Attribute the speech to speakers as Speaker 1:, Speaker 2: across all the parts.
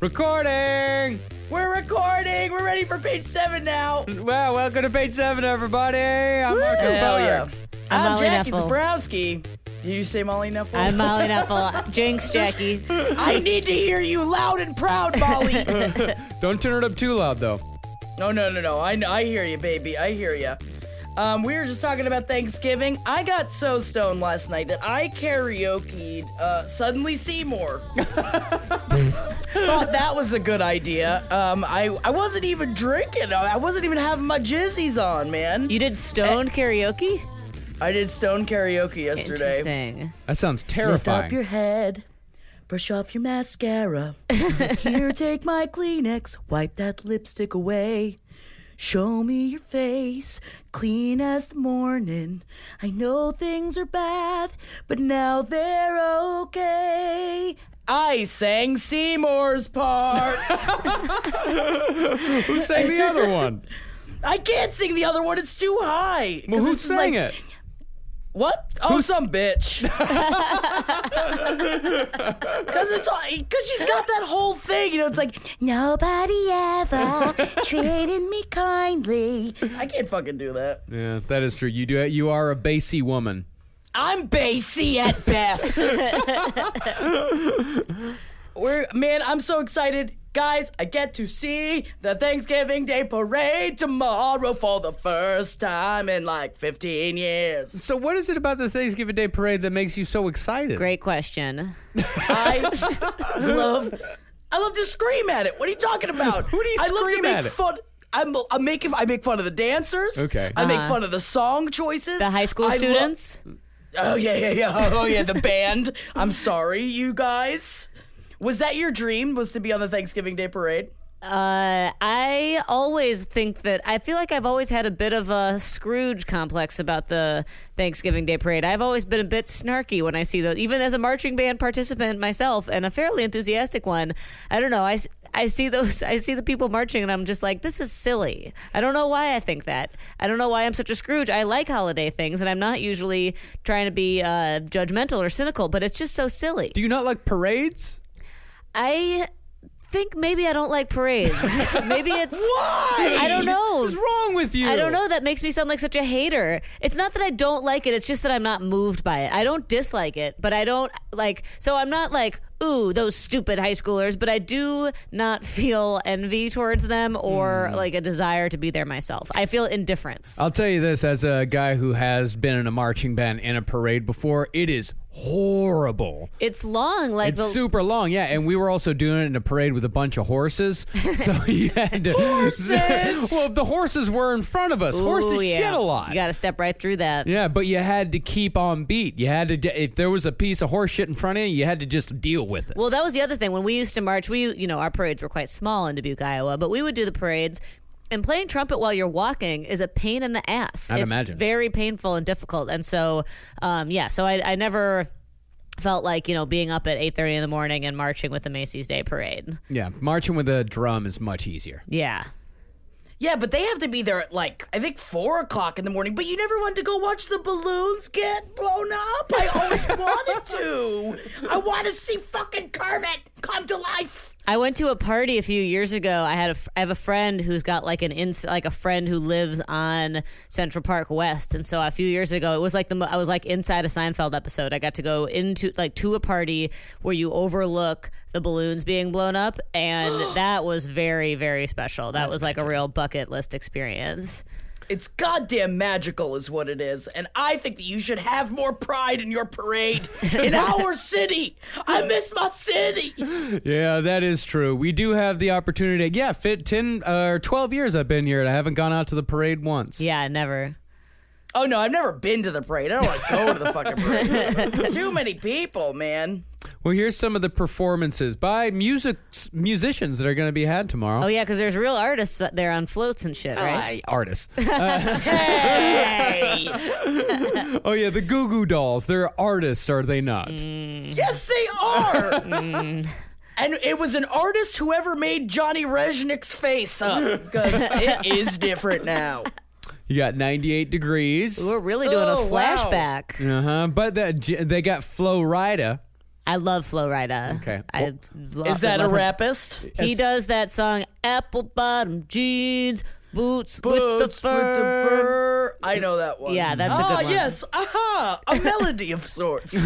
Speaker 1: Recording!
Speaker 2: We're recording. We're ready for page seven now.
Speaker 1: Well, welcome to page seven, everybody. I'm Marcus Boyer.
Speaker 3: I'm
Speaker 2: I'm
Speaker 3: Molly
Speaker 2: Jackie
Speaker 3: Neffel.
Speaker 2: Zabrowski. Did you say Molly Neffel?
Speaker 3: I'm Molly Neffel. Jinx, Jackie.
Speaker 2: I need to hear you loud and proud, Molly.
Speaker 1: Don't turn it up too loud, though.
Speaker 2: no, no, no, no. I, kn- I hear you, baby. I hear you. Um, we were just talking about Thanksgiving. I got so stoned last night that I karaoke'd uh, Suddenly Seymour. Thought that was a good idea. Um, I, I wasn't even drinking. I wasn't even having my jizzies on, man.
Speaker 3: You did stoned karaoke?
Speaker 2: I did stone karaoke yesterday.
Speaker 3: Interesting.
Speaker 1: That sounds
Speaker 2: Lift up your
Speaker 1: terrifying.
Speaker 2: head. Brush off your mascara. Here, take my Kleenex. Wipe that lipstick away. Show me your face, clean as the morning. I know things are bad, but now they're okay. I sang Seymour's part.
Speaker 1: Who sang the other one?
Speaker 2: I can't sing the other one, it's too high.
Speaker 1: Well,
Speaker 2: 'Cause
Speaker 1: who
Speaker 2: it's just
Speaker 1: sang it?
Speaker 2: like- What? Oh, some bitch. Because it's because she's got that whole thing, you know. It's like nobody ever treated me kindly. I can't fucking do that.
Speaker 1: Yeah, that is true. You do. You are a bassy woman.
Speaker 2: I'm bassy at best. We're man. I'm so excited. Guys, I get to see the Thanksgiving Day parade tomorrow for the first time in like 15 years.
Speaker 1: So, what is it about the Thanksgiving Day parade that makes you so excited?
Speaker 3: Great question.
Speaker 2: I love. I love to scream at it. What are you talking about?
Speaker 1: Who do you
Speaker 2: I love
Speaker 1: scream
Speaker 2: to make
Speaker 1: at it?
Speaker 2: fun. I'm, I'm making. I make fun of the dancers.
Speaker 1: Okay.
Speaker 2: I make fun of the song choices.
Speaker 3: Uh-huh. The high school
Speaker 2: I lo-
Speaker 3: students?
Speaker 2: oh yeah, yeah, yeah. Oh yeah, the band. I'm sorry, you guys. Was that your dream? Was to be on the Thanksgiving Day parade?
Speaker 3: Uh, I always think that I feel like I've always had a bit of a Scrooge complex about the Thanksgiving Day parade. I've always been a bit snarky when I see those, even as a marching band participant myself and a fairly enthusiastic one. I don't know. I, s- I see those, I see the people marching and I'm just like, this is silly. I don't know why I think that. I don't know why I'm such a Scrooge. I like holiday things and I'm not usually trying to be uh, judgmental or cynical, but it's just so silly.
Speaker 1: Do you not like parades?
Speaker 3: I think maybe I don't like parades. maybe it's
Speaker 1: Why?
Speaker 3: I don't know.
Speaker 1: What's wrong with you?
Speaker 3: I don't know. That makes me sound like such a hater. It's not that I don't like it. It's just that I'm not moved by it. I don't dislike it, but I don't like. So I'm not like, ooh, those stupid high schoolers. But I do not feel envy towards them
Speaker 1: Hmm.
Speaker 3: or like a desire to be there myself. I feel indifference.
Speaker 1: I'll tell you this as a guy who has been in a marching band and a parade before, it is horrible.
Speaker 3: it's long, like
Speaker 1: It's
Speaker 3: the.
Speaker 1: super long, yeah. And we were also doing it in a parade with a bunch of horses. So you had to. horses! well, the horses were in front of us. horses
Speaker 3: Ooh, yeah.
Speaker 1: shit a lot.
Speaker 3: You got to step right through that.
Speaker 1: yeah, but you had to keep on beat. You had to, d- if there was a piece of horse shit in front of you, you had to just deal with it.
Speaker 3: Well, that was the other thing. When we used to march, we you know our parades were quite small in Dubuque, Iowa, but we would do the parades. And playing trumpet while you're walking is a pain in the ass.
Speaker 1: I'd
Speaker 3: it's
Speaker 1: imagine.
Speaker 3: very painful and difficult. And so, um, yeah. So I, I never felt like you know being up at eight thirty in the morning and marching with the Macy's Day Parade.
Speaker 1: yeah, marching with a drum is much easier.
Speaker 3: Yeah.
Speaker 2: Yeah, but they have to be there at like I think four o'clock in the morning. But you never wanted to go watch the balloons get blown up. I always wanted to. I want to see fucking Kermit. come to life.
Speaker 3: I went to a party a few years ago. I had a fr- I have a friend who's got like an ins like a friend who lives on Central Park West, and so a few years ago it was like the mo- I was like inside a Seinfeld episode. I got to go into like to a party where you overlook the balloons being blown up, and that was very very special. That was like a real bucket list experience.
Speaker 2: It's goddamn magical, is what it is. And I think that you should have more pride in your parade in our city. I miss my city.
Speaker 1: Yeah, that is true. We do have the opportunity. Yeah, fit 10 or 12 years I've been here and I haven't gone out to the parade once.
Speaker 3: Yeah, never.
Speaker 2: Oh no, I've never been to the parade. I don't want to go to the fucking parade. Too many people, man.
Speaker 1: Well, here's some of the performances by music musicians that are going to be had tomorrow.
Speaker 3: Oh yeah, because there's real artists out there on floats and
Speaker 2: Oh,
Speaker 3: shit, right?
Speaker 1: By artists.
Speaker 2: Hey,
Speaker 1: oh yeah, the Goo Goo Dolls. They're artists, are they not?
Speaker 2: yes, they are. And it was an artist whoever made Johnny Resnick's face up because it is different now.
Speaker 1: You got 98 degrees.
Speaker 3: We're really doing
Speaker 2: Oh,
Speaker 3: a
Speaker 2: wow.
Speaker 3: flashback.
Speaker 1: Uh huh. But that they got Flo Rida.
Speaker 3: I love Flo Rida.
Speaker 1: Okay.
Speaker 3: I lo-
Speaker 2: Is that a
Speaker 3: love him.
Speaker 2: rapist?
Speaker 3: He does that song, apple bottom jeans, boots, with
Speaker 2: Boots
Speaker 3: the fur.
Speaker 2: I know that one.
Speaker 3: Yeah, that's a
Speaker 2: ah,
Speaker 3: good one.
Speaker 2: yes, aha, a melody of sorts.
Speaker 1: You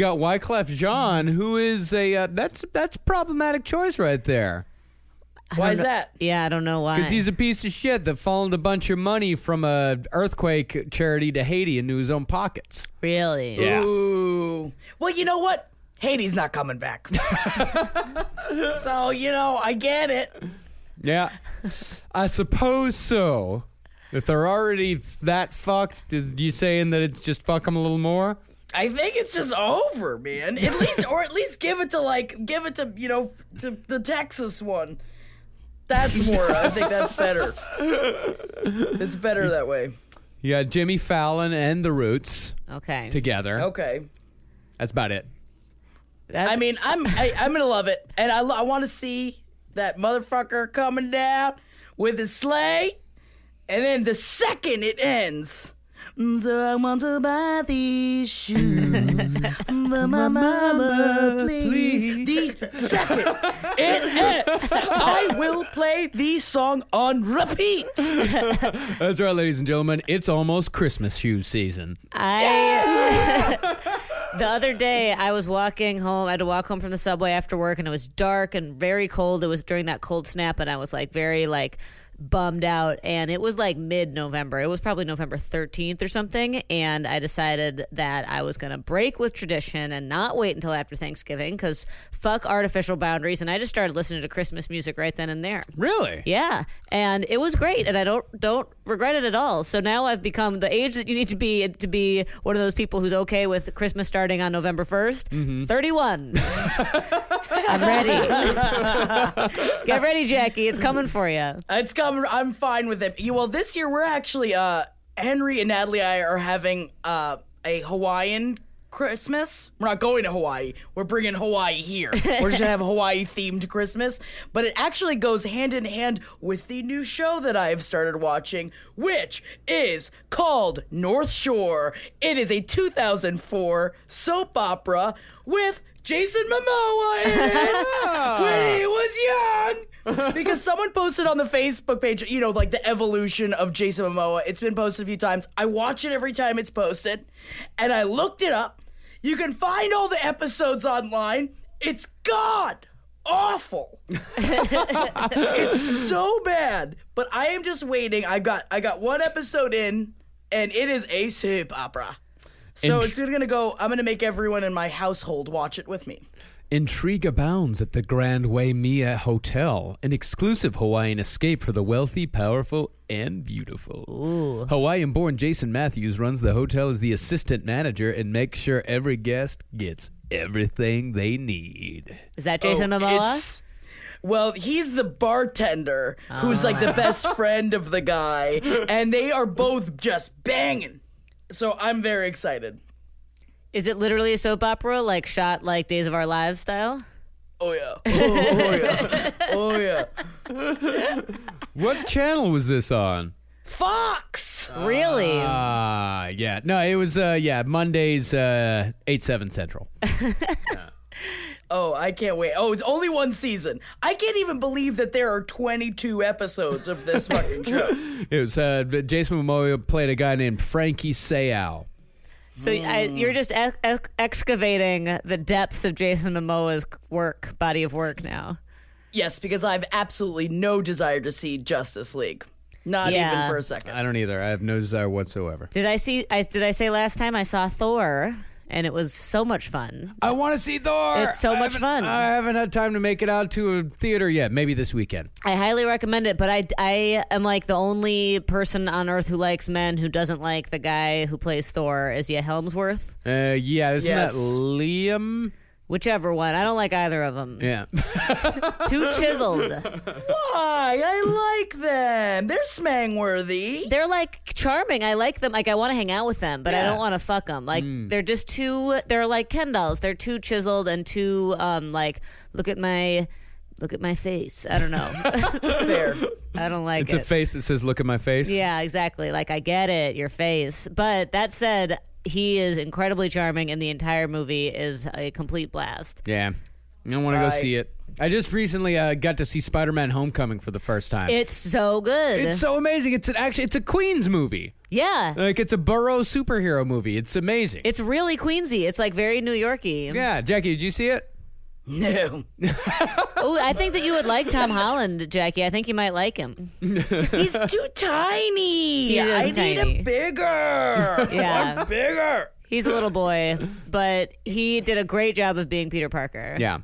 Speaker 1: got Wyclef Jean, who is a uh, that's that's a problematic choice right there
Speaker 2: Why is that?
Speaker 3: Yeah, I don't know why.
Speaker 1: because he's a piece of shit that funneled a bunch of money from a earthquake charity to Haiti into his own pockets.
Speaker 3: really.
Speaker 2: Ooh. Well, you know what? Haiti's not coming back. so, you know, I get it.
Speaker 1: Yeah, I suppose so. If they're already that fucked, is you saying that it's just fuck them a little more?
Speaker 2: I think it's just over, man. At least, or at least give it to like, give it to you know, to the Texas one. That's more. I think that's better. It's better that way.
Speaker 1: You got Jimmy Fallon and The Roots
Speaker 3: Okay.
Speaker 1: together.
Speaker 2: Okay.
Speaker 1: That's about it.
Speaker 3: That's-
Speaker 2: I mean, I'm I, I'm gonna love it, and I lo- I want to see that motherfucker coming down with his sleigh, and then the second it ends. "Mm, So I want to buy these shoes Mm, for my mama, please. The second it ends, I will play the song on repeat.
Speaker 1: That's right, ladies and gentlemen. It's almost Christmas shoe season.
Speaker 3: I the other day I was walking home. I had to walk home from the subway after work, and it was dark and very cold. It was during that cold snap, and I was like very like bummed out. And it was like mid November. It was probably November thirteenth or something. And I decided that I was going to break with tradition and not wait until after Thanksgiving because fuck artificial boundaries. And I just started listening to Christmas music right then and there.
Speaker 1: Really?
Speaker 3: Yeah, and it was great, and I don't don't regret it at all. So now I've become the age that you need to be to be one of those people who's okay with Christmas starting on November 1st Thirty-one. I'm ready. Get ready, Jackie. It's coming for you.
Speaker 2: It's come. I'm fine with it. You, well, this year we're actually uh, Henry and Natalie. and I are having uh, a Hawaiian Christmas. We're not going to Hawaii. We're bringing Hawaii here. we're just gonna have a Hawaii themed Christmas. But it actually goes hand in hand with the new show that I have started watching, which is called North Shore. It is a 2004 soap opera with Jason Momoa in it when he was young because someone posted on the Facebook page, you know, like the evolution of Jason Momoa. It's been posted a few times. I watch it every time it's posted, and I looked it up. You can find all the episodes online. It's god awful. it's so bad, but I am just waiting. I got I got one episode in, and it is a soap opera. So
Speaker 1: Int-
Speaker 2: it's gonna go. I'm gonna make everyone in my household watch it with me.
Speaker 1: Intrigue abounds at the Grand Way Mia Hotel, an exclusive Hawaiian escape for the wealthy, powerful, and beautiful. Hawaiian born Jason Matthews runs the hotel as the assistant manager and makes sure every guest gets everything they need.
Speaker 3: Is that Jason Momoa?
Speaker 2: It's- Well, he's the bartender who's like the best friend of the guy, and they are both just banging. So I'm very excited.
Speaker 3: Is it literally a soap opera, like shot like Days of Our Lives style?
Speaker 2: Oh yeah. Oh, oh, yeah. Oh yeah.
Speaker 1: What channel was this on?
Speaker 2: Fox.
Speaker 3: Really?
Speaker 1: Ah, yeah. No, it was, uh, yeah, Mondays, uh, 8, 7 Central.
Speaker 2: Oh, I can't wait. Oh, it's only one season. I can't even believe that there are 22 episodes of this fucking show.
Speaker 1: It was uh, Jason Momoa played a guy named Frankie Seau.
Speaker 3: So I, you're just ex- ex- excavating the depths of Jason Momoa's work, body of work now.
Speaker 2: Yes, because I've absolutely no desire to see Justice League. Not
Speaker 3: Yeah.
Speaker 2: even for a second.
Speaker 1: I don't either. I have no desire whatsoever.
Speaker 3: Did I see? I, did I say last time I saw Thor, and it was so much fun.
Speaker 1: I want to see Thor.
Speaker 3: It's so
Speaker 1: I
Speaker 3: much
Speaker 1: haven't-
Speaker 3: fun.
Speaker 1: I haven't had time to make it out to a theater yet. Maybe this weekend.
Speaker 3: I highly recommend it, but I, I am like the only person on earth who likes men who doesn't like the guy who plays Thor. Is he a Helmsworth?
Speaker 1: Uh, yeah, isn't
Speaker 2: Yes.
Speaker 1: that Liam?
Speaker 3: Whichever one. I don't like either of them.
Speaker 1: Yeah.
Speaker 3: Too chiseled.
Speaker 2: Why? I like them. They're smang worthy.
Speaker 3: They're like charming. I like them. Like I want to hang out with them, but I
Speaker 2: Yeah.
Speaker 3: don't want to fuck them. Like
Speaker 1: Mm.
Speaker 3: they're just too. They're like Ken dolls. They're too chiseled and too um like look at my look at my face. I don't know.
Speaker 2: Fair.
Speaker 3: I don't like
Speaker 1: it's
Speaker 3: it.
Speaker 1: a face that says, "Look at my face."
Speaker 3: Yeah, exactly. Like I get it, your face. But that said, he is incredibly charming, and the entire movie is a complete blast.
Speaker 1: Yeah. I want to go
Speaker 2: Right.
Speaker 1: see it. I just recently uh, got to see Spider-Man: Homecoming for the first time.
Speaker 3: It's so good.
Speaker 1: it's so amazing. It's an actually it's a Queens movie.
Speaker 3: yeah,
Speaker 1: Like it's a Burrow superhero movie. It's amazing.
Speaker 3: it's really Queensy. It's like very New Yorky.
Speaker 1: yeah, Jackie, did you see it?
Speaker 2: No.
Speaker 3: Oh, I think that you would like Tom Holland, Jackie. I think you might like him.
Speaker 2: He's too tiny.
Speaker 3: He is
Speaker 2: I need
Speaker 3: tiny.
Speaker 2: a bigger.
Speaker 3: Yeah.
Speaker 2: I'm bigger.
Speaker 3: He's a little boy, but he did a great job of being Peter Parker.
Speaker 1: Yeah.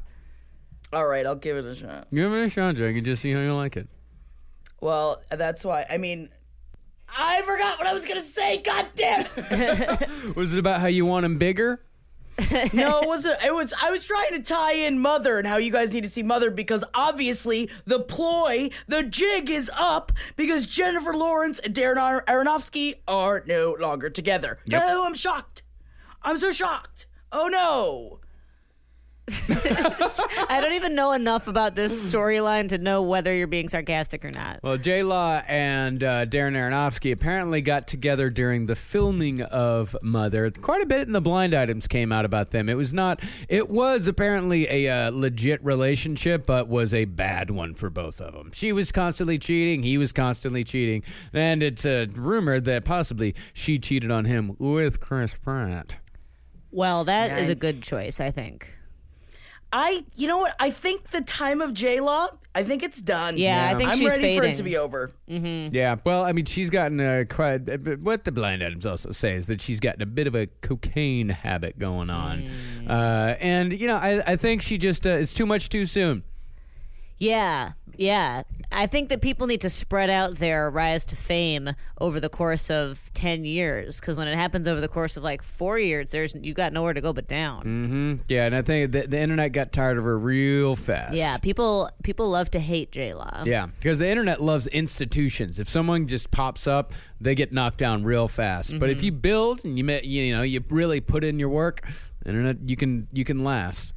Speaker 2: All right, I'll give it a shot.
Speaker 1: Give it a shot, Jackie. Just see how you like it.
Speaker 2: Well, that's why. I mean, I forgot what I was going to say. God damn. it.
Speaker 1: Was it about how you want him bigger?
Speaker 2: no, it wasn't. It was. I was trying to tie in Mother and how you guys need to see Mother because obviously the ploy, the jig is up because Jennifer Lawrence and Darren Ar- Aronofsky are no longer together. No, I'm shocked. I'm so shocked. Oh no.
Speaker 3: I don't even know enough about this storyline to know whether you're being sarcastic or not.
Speaker 1: Well, J Law and uh, Darren Aronofsky apparently got together during the filming of Mother. Quite a bit in the blind items came out about them. It was not, it was apparently a uh, legit relationship, but was a bad one for both of them. She was constantly cheating, he was constantly cheating. And it's uh, rumored that possibly she cheated on him with Chris Pratt.
Speaker 3: Well, that is a good choice, I think.
Speaker 2: I, you know what? I think the time of J Law. I think it's done.
Speaker 3: Yeah, I Yeah. think
Speaker 2: I'm
Speaker 3: she's
Speaker 2: ready for it to
Speaker 3: fading.
Speaker 2: be over.
Speaker 1: Yeah, well, I mean, she's gotten a quite. but What the blind items also say is that she's gotten a bit of a cocaine habit going on, uh, and you know, I, I think she just uh, it's too much too soon.
Speaker 3: Yeah, yeah. I think that people need to spread out their rise to fame over the course of 10 years because when it happens over the course of like four years, there's you got nowhere to go but down.
Speaker 1: Yeah, and I think the, the internet got tired of her real fast.
Speaker 3: Yeah, people people love to hate J Law.
Speaker 1: Yeah, because the internet loves institutions. If someone just pops up, they get knocked down real fast. But if you build and you ma- you know you really put in your work, internet you can you can last.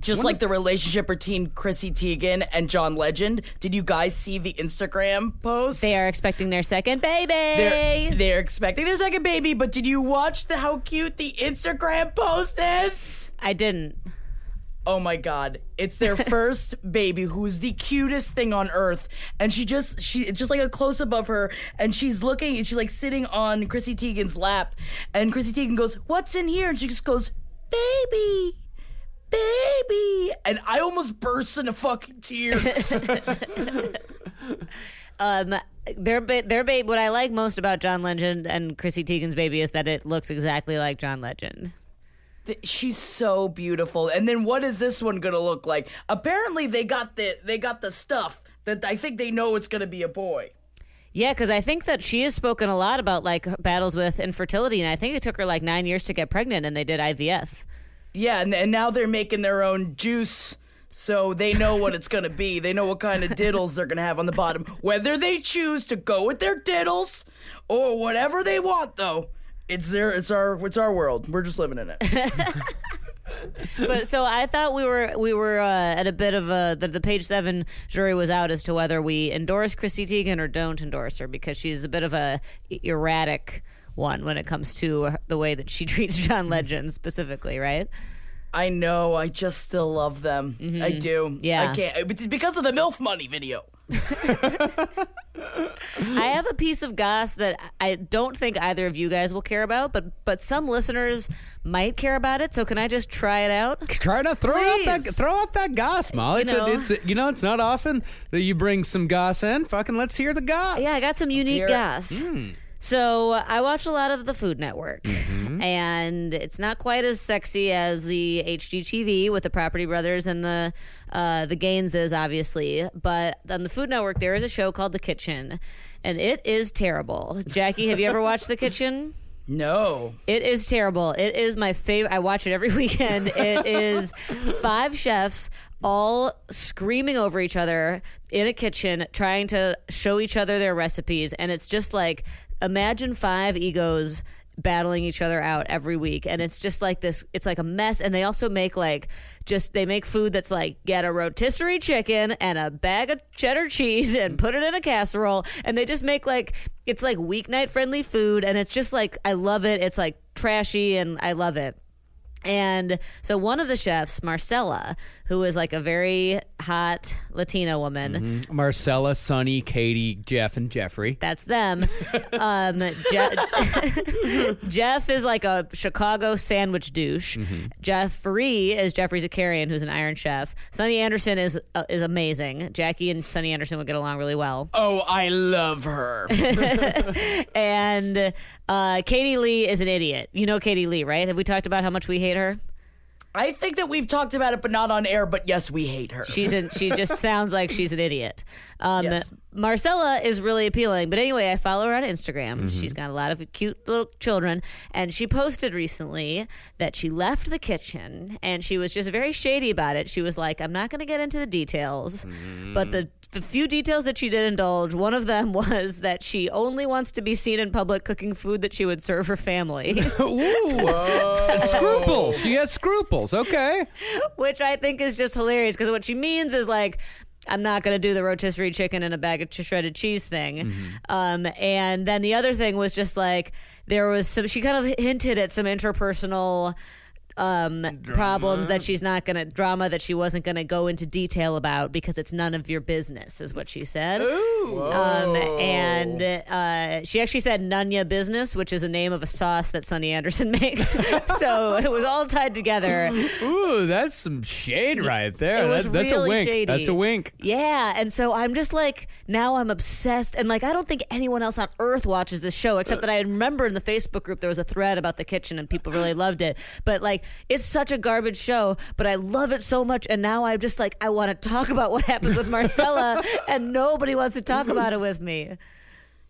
Speaker 2: Just like the relationship between Chrissy Teigen and John Legend. Did you guys see the Instagram post?
Speaker 3: They are expecting their second baby.
Speaker 2: They're, they're expecting their second baby, but did you watch the how cute the Instagram post is?
Speaker 3: I didn't.
Speaker 2: Oh my god, it's their first baby who's the cutest thing on earth and she just she it's just like a close up of her and she's looking and she's like sitting on Chrissy Teigen's lap and Chrissy Teigen goes, "What's in here?" and she just goes, "Baby." Baby, and I almost burst into fucking tears.
Speaker 3: Um, their ba- their baby. What I like most about John Legend and Chrissy Teigen's baby is that it looks exactly like John Legend.
Speaker 2: Th- She's so beautiful. And then what is this one gonna look like? Apparently they got the they got the stuff that I think they know it's gonna be a boy.
Speaker 3: Yeah, because I think that she has spoken a lot about like her battles with infertility, and I think it took her like nine years to get pregnant, and they did IVF.
Speaker 2: Yeah, and, and now they're making their own juice. So they know what it's gonna be. They know what kind of diddles they're gonna have on the bottom. Whether they choose to go with their diddles or whatever they want though. It's their it's our it's our world. We're just living in it.
Speaker 3: But so I thought we were we were uh, at a bit of a the, the page seven jury was out as to whether we endorse Chrissy Teigen or don't endorse her because she's a bit of a e-, erratic one when it comes to the way that she treats John Legend specifically, right?
Speaker 2: I know. I just still love them. I do.
Speaker 3: Yeah.
Speaker 2: I can't. It's because of the MILF money video.
Speaker 3: I have a piece of goss that I don't think either of you guys will care about, but but some listeners might care about it. So can I just try it out?
Speaker 1: Try to throw out that
Speaker 3: Please.
Speaker 1: throw out that goss, Molly.
Speaker 3: You
Speaker 1: It's a-
Speaker 3: know.
Speaker 1: it's a- you know it's not often that you bring some goss in. Fucking let's hear the goss.
Speaker 3: Yeah, I got some unique
Speaker 2: hear it. Hmm.
Speaker 3: gas. So uh, I watch a lot of the Food Network,
Speaker 2: Mm-hmm.
Speaker 3: and it's not quite as sexy as the HGTV with the Property Brothers and the uh, the Gaines is obviously. But on the Food Network, there is a show called The Kitchen, and it is terrible. Jackie, have you ever watched The Kitchen?
Speaker 2: No.
Speaker 3: It is terrible. It is my favorite. I watch it every weekend. It is five chefs all screaming over each other in a kitchen, trying to show each other their recipes. And it's just like imagine five egos battling each other out every week and it's just like this it's like a mess and they also make like just they make food that's like get a rotisserie chicken and a bag of cheddar cheese and put it in a casserole and they just make like it's like weeknight friendly food and it's just like I love it it's like trashy and I love it and so one of the chefs Marcella who is like a very hot Latina woman
Speaker 1: Marcella, Sonny, Katie, Jeff, and Jeffrey.
Speaker 3: that's them. Um, Je- Jeff is like a Chicago sandwich douche. Jeffrey is Jeffrey Zakarian, who's an Iron Chef. Sonny Anderson is uh, is amazing. Jackie and Sonny Anderson would get along really well.
Speaker 2: Oh, I love her.
Speaker 3: And uh, Katie Lee is an idiot. You know Katie Lee, right? Have we talked about how much we hate her?
Speaker 2: I think that we've talked about it, but not on air. But yes, we hate her.
Speaker 3: She's an, she just sounds like she's an idiot. Um,
Speaker 2: Yes.
Speaker 3: Marcella is really appealing, but anyway, I follow her on Instagram.
Speaker 2: Mm-hmm.
Speaker 3: She's got a lot of cute little children, and she posted recently that she left the kitchen and she was just very shady about it. She was like, "I'm not going to get into the details, but the." The few details that she did indulge, one of them was that she only wants to be seen in public cooking food that she would serve her family.
Speaker 1: Ooh, scruples. She has scruples. Okay.
Speaker 3: which I think is just hilarious because what she means is like. I'm not going to do the rotisserie chicken and a bag of shredded cheese thing. Um, and then the other thing was just like there was some, she kind of hinted at some interpersonal um, problems that she's not going to, drama that she wasn't going to go into detail about because it's none of your business, is what she said. Um, and uh, she actually said Nunya Business, which is a name of a sauce that Sonny Anderson makes. so it was all tied together.
Speaker 1: Ooh, that's some shade right there.
Speaker 3: It was
Speaker 1: That- that's
Speaker 3: really
Speaker 1: a wink.
Speaker 3: shady.
Speaker 1: That's a wink.
Speaker 3: Yeah, and so I'm just like now I'm obsessed, and like I don't think anyone else on earth watches this show except that I remember in the Facebook group there was a thread about the kitchen and people really loved it. But like it's such a garbage show, but I love it so much, and now I'm just like I want to talk about what happened with Marcella, and nobody wants to talk about it with me.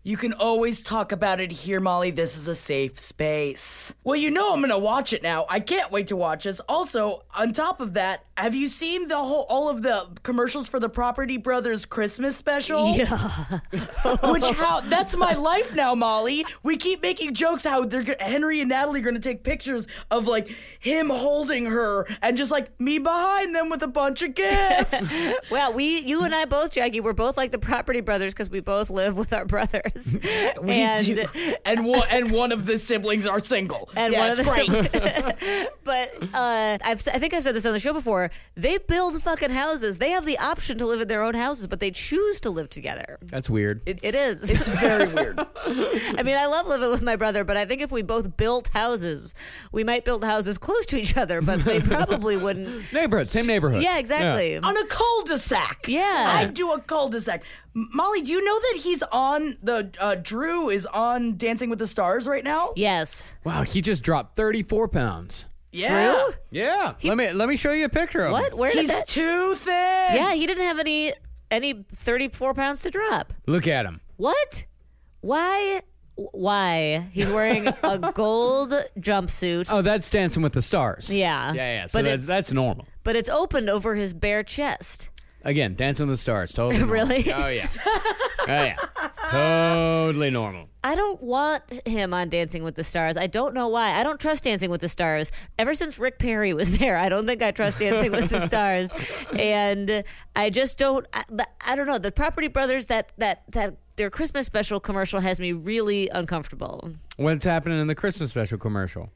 Speaker 2: You can always talk about it here, Molly. This is a safe space. Well, you know I'm gonna watch it now. I can't wait to watch this. Also, on top of that, have you seen the whole all of the commercials for the Property Brothers Christmas special? Yeah. Which how that's my life now, Molly. We keep making jokes how they're go- Henry and Natalie are gonna take pictures of like him holding her and just like me behind them with a bunch of gifts.
Speaker 3: Well, we, you and I both, Jackie, we're both like the Property Brothers because we both live with our brothers,
Speaker 2: we
Speaker 3: and.
Speaker 2: do. and one and one of the siblings are single.
Speaker 3: And
Speaker 2: Yeah,
Speaker 3: one of
Speaker 2: it's
Speaker 3: the
Speaker 2: great.
Speaker 3: But uh, I've, I think I've said this on the show before. They build fucking houses. They have the option to live in their own houses, but they choose to live together.
Speaker 1: That's weird.
Speaker 3: It is.
Speaker 2: It's very weird.
Speaker 3: I mean, I love living with my brother, but I think if we both built houses, we might build houses close to each other, but they probably wouldn't.
Speaker 1: neighborhood, same neighborhood.
Speaker 3: Yeah, exactly.
Speaker 2: On a cul-de-sac.
Speaker 3: Yeah.
Speaker 2: I do a cul-de-sac. M- Molly, do you know that he's on the uh, Drew is on Dancing with the Stars right now?
Speaker 3: Yes.
Speaker 1: Wow, he just dropped 34 pounds.
Speaker 2: Yeah.
Speaker 1: Yeah. let me let me show you a picture of
Speaker 3: What?
Speaker 1: him.
Speaker 3: Where did
Speaker 2: He's
Speaker 3: that?
Speaker 2: too thin.
Speaker 3: yeah, he didn't have any any thirty four pounds to drop.
Speaker 1: Look at him.
Speaker 3: What? Why? Why? He's wearing a gold jumpsuit.
Speaker 1: Oh, that's Dancing with the Stars.
Speaker 3: Yeah.
Speaker 1: Yeah, yeah. So
Speaker 3: But
Speaker 1: that's
Speaker 3: it's-
Speaker 1: that's normal.
Speaker 3: but it's opened over his bare chest.
Speaker 1: Again, Dancing with the Stars. Totally. normal.
Speaker 3: Really?
Speaker 1: Oh yeah. oh yeah. Totally normal.
Speaker 3: I don't want him on Dancing with the Stars. I don't know why. I don't trust Dancing with the Stars. Ever since Rick Perry was there, I don't think I trust Dancing with the Stars. And I just don't. I, but I don't know. The Property Brothers that that that their Christmas special commercial has me really uncomfortable.
Speaker 1: What's happening in the Christmas special commercial?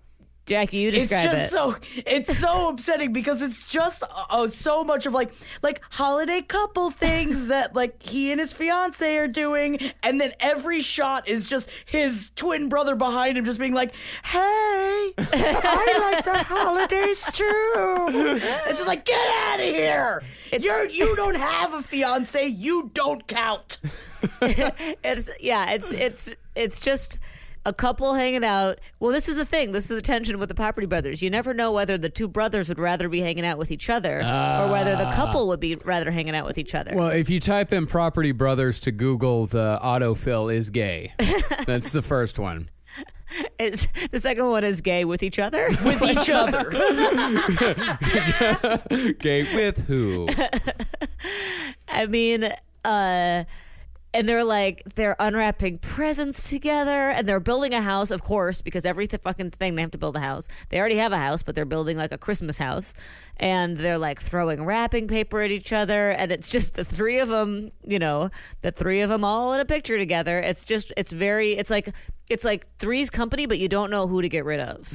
Speaker 3: Jackie, you describe
Speaker 2: it's just
Speaker 3: it.
Speaker 2: so it's so upsetting because it's just uh, so much of like like holiday couple things that like he and his fiance are doing and then every shot is just his twin brother behind him just being like hey i like the holidays too it's just like get out of here You're, you don't have a fiance you don't count
Speaker 3: it's yeah, it's it's it's just a couple hanging out. Well, this is the thing. This is the tension with the Property Brothers. You never know whether the two brothers would rather be hanging out with each other or whether
Speaker 2: Ah.
Speaker 3: the couple would be rather hanging out with each other.
Speaker 1: Well, if you type in Property Brothers to Google, the autofill is gay. That's the first one.
Speaker 3: It's, the second one is gay with each other.
Speaker 2: with each other
Speaker 1: Gay with who?
Speaker 3: I mean, uh, and they're like they're unwrapping presents together, and they're building a house, of course, because every th- fucking thing they have to build a house. They already have a house, but they're building like a Christmas house, and they're like throwing wrapping paper at each other, and it's just the three of them, you know, the three of them all in a picture together. It's just it's very it's like it's like three's company, but you don't know who to get rid of.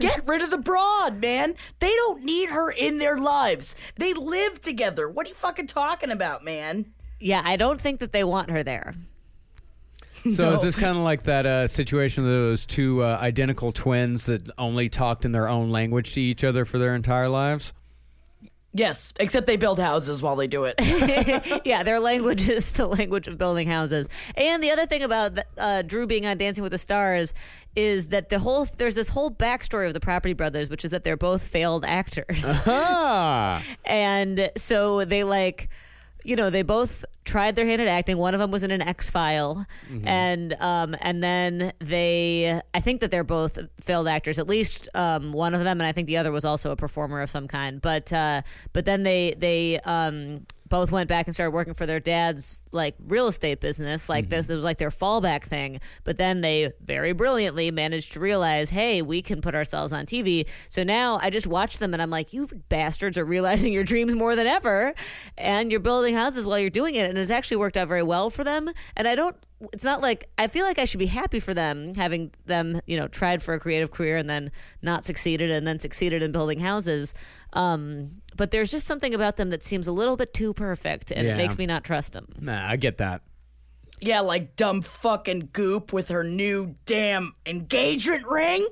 Speaker 2: Get rid of the broad, man. They don't need her in their lives. They live together. What are you fucking talking about, man?
Speaker 3: yeah, I don't think that they want her there.
Speaker 1: So is this kind of like that uh, situation of those two uh, identical twins that only talked in their own language to each other for their entire lives?
Speaker 2: Yes, except they build houses while they do it.
Speaker 3: yeah, their language is the language of building houses. And the other thing about uh, Drew being on Dancing with the Stars is that the whole there's this whole backstory of the Property Brothers, which is that they're both failed actors,
Speaker 1: Ah,
Speaker 3: and so they like. You know, they both tried their hand at acting. One of them was in an X file, and um, and then they, I think that they're both failed actors. At least um, one of them, and I think the other was also a performer of some kind. But uh, but then they they um, both went back and started working for their dad's like real estate business. Like this, it was like their fallback thing. But then they very brilliantly managed to realize, hey, we can put ourselves on TV. So now I just watch them and I'm like, you bastards are realizing your dreams more than ever, and you're building houses while you're doing it, and it's actually worked out very well for them. And I don't. It's not like I feel like I should be happy for them having them, you know, tried for a creative career and then not succeeded and then succeeded in building houses. Um, but there's just something about them that seems a little bit too perfect and
Speaker 1: Yeah.
Speaker 3: it makes me not trust them.
Speaker 1: nah, I get that.
Speaker 2: yeah, like dumb fucking goop with her new damn engagement ring.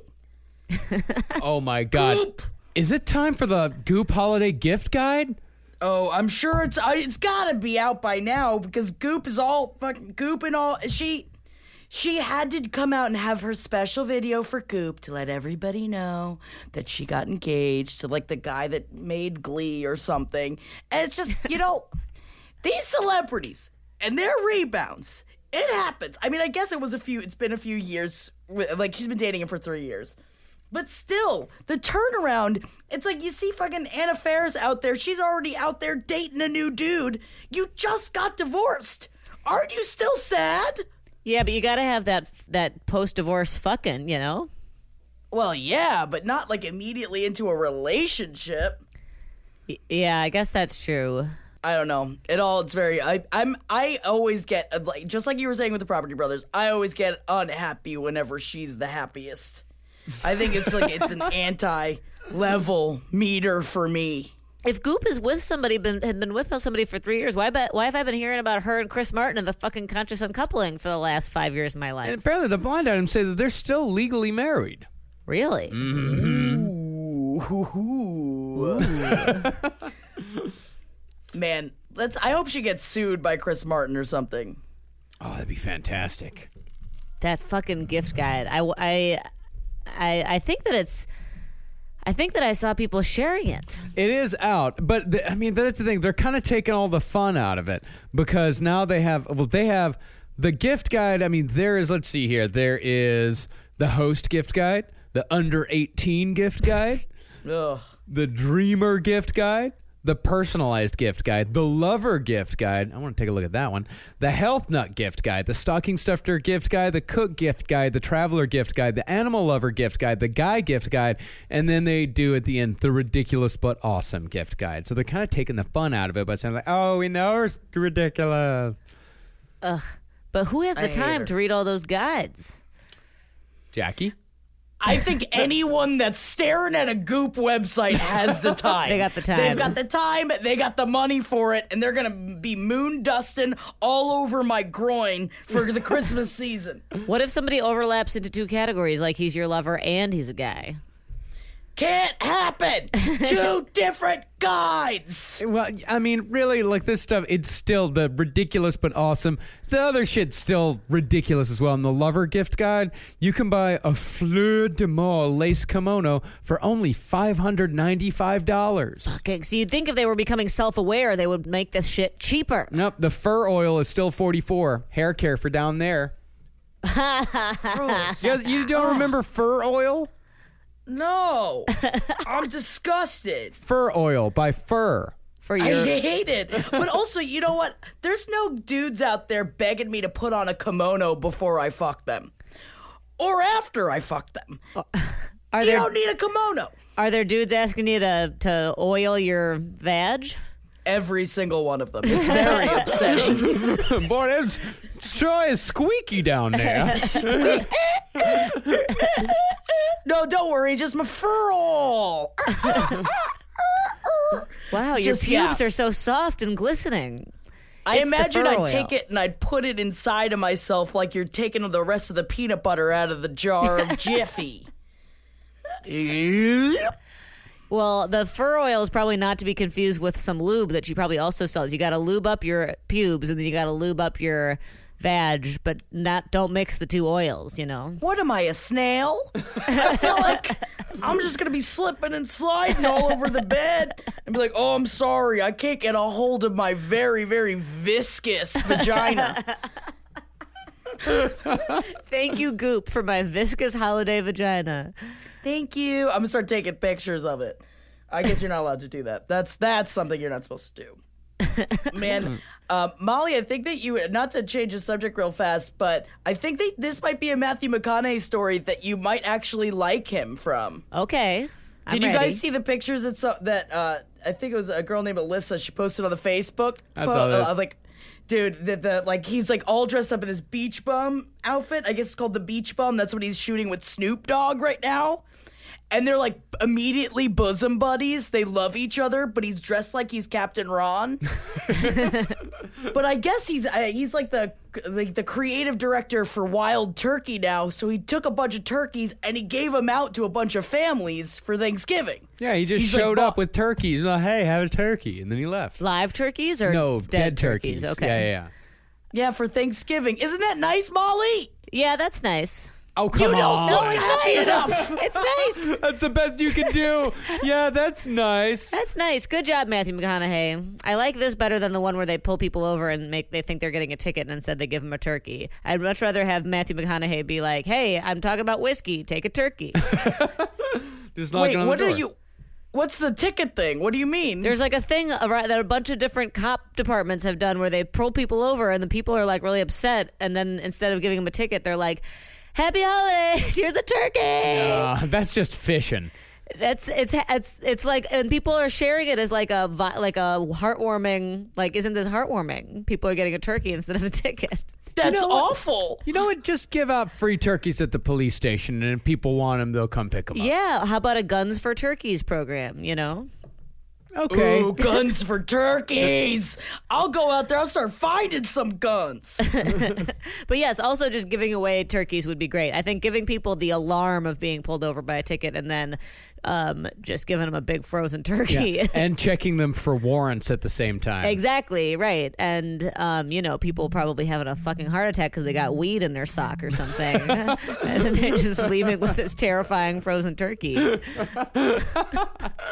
Speaker 1: Oh my God. Is it time for the Goop Holiday Gift Guide?
Speaker 2: Oh, I'm sure it's I, it's gotta be out by now because Goop is all fucking Goop and all. She she had to come out and have her special video for Goop to let everybody know that she got engaged to like the guy that made Glee or something. And it's just you know these celebrities and their rebounds. It happens. I mean, I guess it was a few. It's been a few years. wi- Like she's been dating him for three years. But still, the turnaround, it's like you see fucking Anna Faris out there. She's already out there dating a new dude. You just got divorced. Aren't you still sad?
Speaker 3: Yeah, but you got to have that that post divorce fucking, you know.
Speaker 2: Well, yeah, but not like immediately into a relationship.
Speaker 3: Y- Yeah, I guess that's true.
Speaker 2: I don't know. It all it's very I I'm I always get uh, like just like you were saying with the Property Brothers, I always get unhappy whenever she's the happiest. I think it's like it's an anti level meter for me.
Speaker 3: If Goop is with somebody, been had been with somebody for three years, why? But why have I been hearing about her and Chris Martin and the fucking conscious uncoupling for the last five years of my life?
Speaker 1: And apparently, the blind items say that they're still legally married.
Speaker 3: really?
Speaker 2: Ooh. Man, let's I hope she gets sued by Chris Martin or something.
Speaker 1: Oh, that'd be fantastic.
Speaker 3: That fucking gift guide. I, I, I, I think that it's. I think that I saw people sharing it.
Speaker 1: It is out, but the, I mean that's the thing. They're kind of taking all the fun out of it because now they have well they have the gift guide. I mean there is let's see here there is the host gift guide, the under eighteen gift guide,
Speaker 2: Ugh.
Speaker 1: the dreamer gift guide, the personalized gift guide, the lover gift guide. I want to take a look at that one. The health nut gift guide, the stocking stuffer gift guide, the cook gift guide, the traveler gift guide, the animal lover gift guide, the guy gift guide, and then they do at the end the ridiculous but awesome gift guide. So they're kind of taking the fun out of it by saying like, "Oh, we know it's ridiculous."
Speaker 3: But who has the
Speaker 2: hate
Speaker 3: time
Speaker 2: her.
Speaker 3: to read all those guides?
Speaker 1: Jackie,
Speaker 2: I think anyone that's staring at a goop website has the time.
Speaker 3: They got the time.
Speaker 2: They've got the time, they got the money for it, and they're going to be moon dusting all over my groin for the Christmas season.
Speaker 3: What if somebody overlaps into two categories, like he's your lover and he's a guy?
Speaker 2: Can't happen. Two different guides.
Speaker 1: Well, I mean, really, like this stuff, it's still the ridiculous but awesome. The other shit's still ridiculous as well. And the Lover Gift Guide, you can buy a Fleur de Mal lace kimono for only $595.
Speaker 3: Okay, so you'd think if they were becoming self aware, they would make this shit cheaper.
Speaker 1: Nope, the fur oil is still 44 Hair care for down there. yeah, you don't remember fur oil?
Speaker 2: No, I'm disgusted.
Speaker 1: Fur oil by fur.
Speaker 3: For
Speaker 2: I
Speaker 3: your
Speaker 2: hate it. But also, you know what? There's no dudes out there begging me to put on a kimono before I fuck them or after I fuck them.
Speaker 3: are
Speaker 2: you
Speaker 3: there
Speaker 2: don't need a kimono.
Speaker 3: are there dudes asking you to to oil your vag?
Speaker 2: Every single one of them. It's very upsetting.
Speaker 1: Boy, it's sure is squeaky down there.
Speaker 2: No, don't worry. Just my fur all.
Speaker 3: Wow, your
Speaker 2: Just, yeah.
Speaker 3: pubes are so soft and glistening.
Speaker 2: I
Speaker 3: It's the
Speaker 2: imagine
Speaker 3: fur
Speaker 2: I'd
Speaker 3: oil.
Speaker 2: take it and I'd put it inside of myself like you're taking the rest of the peanut butter out of the jar of Jiffy. Yep.
Speaker 3: Well, the fur oil is probably not to be confused with some lube that she probably also sells. You got to lube up your pubes and then you got to lube up your vag, but not don't mix the two oils, you know.
Speaker 2: What am I, a snail? I feel like I'm just gonna be slipping and sliding all over the bed and be like, oh, I'm sorry, I can't get a hold of my very, very viscous vagina.
Speaker 3: Thank you Goop for my viscous holiday vagina.
Speaker 2: Thank you. I'm gonna start taking pictures of it. I guess you're not allowed to do that. That's that's something you're not supposed to do. Man, um, Molly, I think that you not to change the subject real fast, but I think that this might be a Matthew McConaughey story that you might actually like him from.
Speaker 3: Okay. I'm
Speaker 2: Did you
Speaker 3: ready.
Speaker 2: guys see the pictures that so, that uh, I think it was a girl named Alyssa? She posted on the Facebook.
Speaker 1: I saw this.
Speaker 2: uh, like, dude, that the like he's like all dressed up in this beach bum outfit. I guess it's called the beach bum. That's what he's shooting with Snoop Dogg right now. And they're like immediately bosom buddies. They love each other, but he's dressed like he's Captain Ron. but I guess he's uh, he's like the like the creative director for Wild Turkey now. So he took a bunch of turkeys and he gave them out to a bunch of families for Thanksgiving.
Speaker 1: Yeah, he just
Speaker 2: He's like,
Speaker 1: showed
Speaker 2: "Bo-
Speaker 1: up with turkeys. Like, hey, have a turkey, and then he left.
Speaker 3: live turkeys or
Speaker 1: no,
Speaker 3: dead,
Speaker 1: dead, turkeys.
Speaker 3: Okay.
Speaker 1: Yeah, yeah. yeah.
Speaker 2: Yeah, for Thanksgiving. Isn't that nice, Molly?
Speaker 3: Yeah, that's nice.
Speaker 1: Oh come
Speaker 2: don't
Speaker 1: on!
Speaker 2: know it. Happy
Speaker 3: nice. it's nice.
Speaker 1: That's the best you can do. yeah, that's nice.
Speaker 3: That's nice. Good job, Matthew McConaughey. I like this better than the one where they pull people over and make they think they're getting a ticket and instead they give them a turkey. I'd much rather have Matthew McConaughey be like, "Hey, I'm talking about whiskey. Take a turkey."
Speaker 1: Just knocking
Speaker 2: Wait,
Speaker 1: on the
Speaker 2: what are
Speaker 1: door.
Speaker 2: you? What's the ticket thing? What do you mean?
Speaker 3: There's like a thing around that a bunch of different cop departments have done where they pull people over and the people are like really upset and then instead of giving them a ticket, they're like, "Happy holidays. Here's a turkey."
Speaker 1: Uh, that's just fishing.
Speaker 3: That's it's it's it's like and people are sharing it as like a vi- like a heartwarming like isn't this heartwarming? People are getting a turkey instead of a ticket.
Speaker 2: That's
Speaker 1: know what?
Speaker 2: awful.
Speaker 1: You know what? Just give out free turkeys at the police station, and if people want them, they'll come pick them up.
Speaker 3: Yeah, how about a guns for turkeys program? You know,
Speaker 1: Okay.
Speaker 2: Ooh, guns for turkeys. I'll go out there. I'll start finding some guns.
Speaker 3: but yes, also just giving away turkeys would be great. I think giving people the alarm of being pulled over by a ticket and then um, just giving them a big frozen turkey.
Speaker 1: Yeah. and checking them for warrants at the same time.
Speaker 3: Exactly right, and um, you know people probably having a fucking heart attack because they got weed in their sock or something, and then they're just leaving with this terrifying frozen turkey.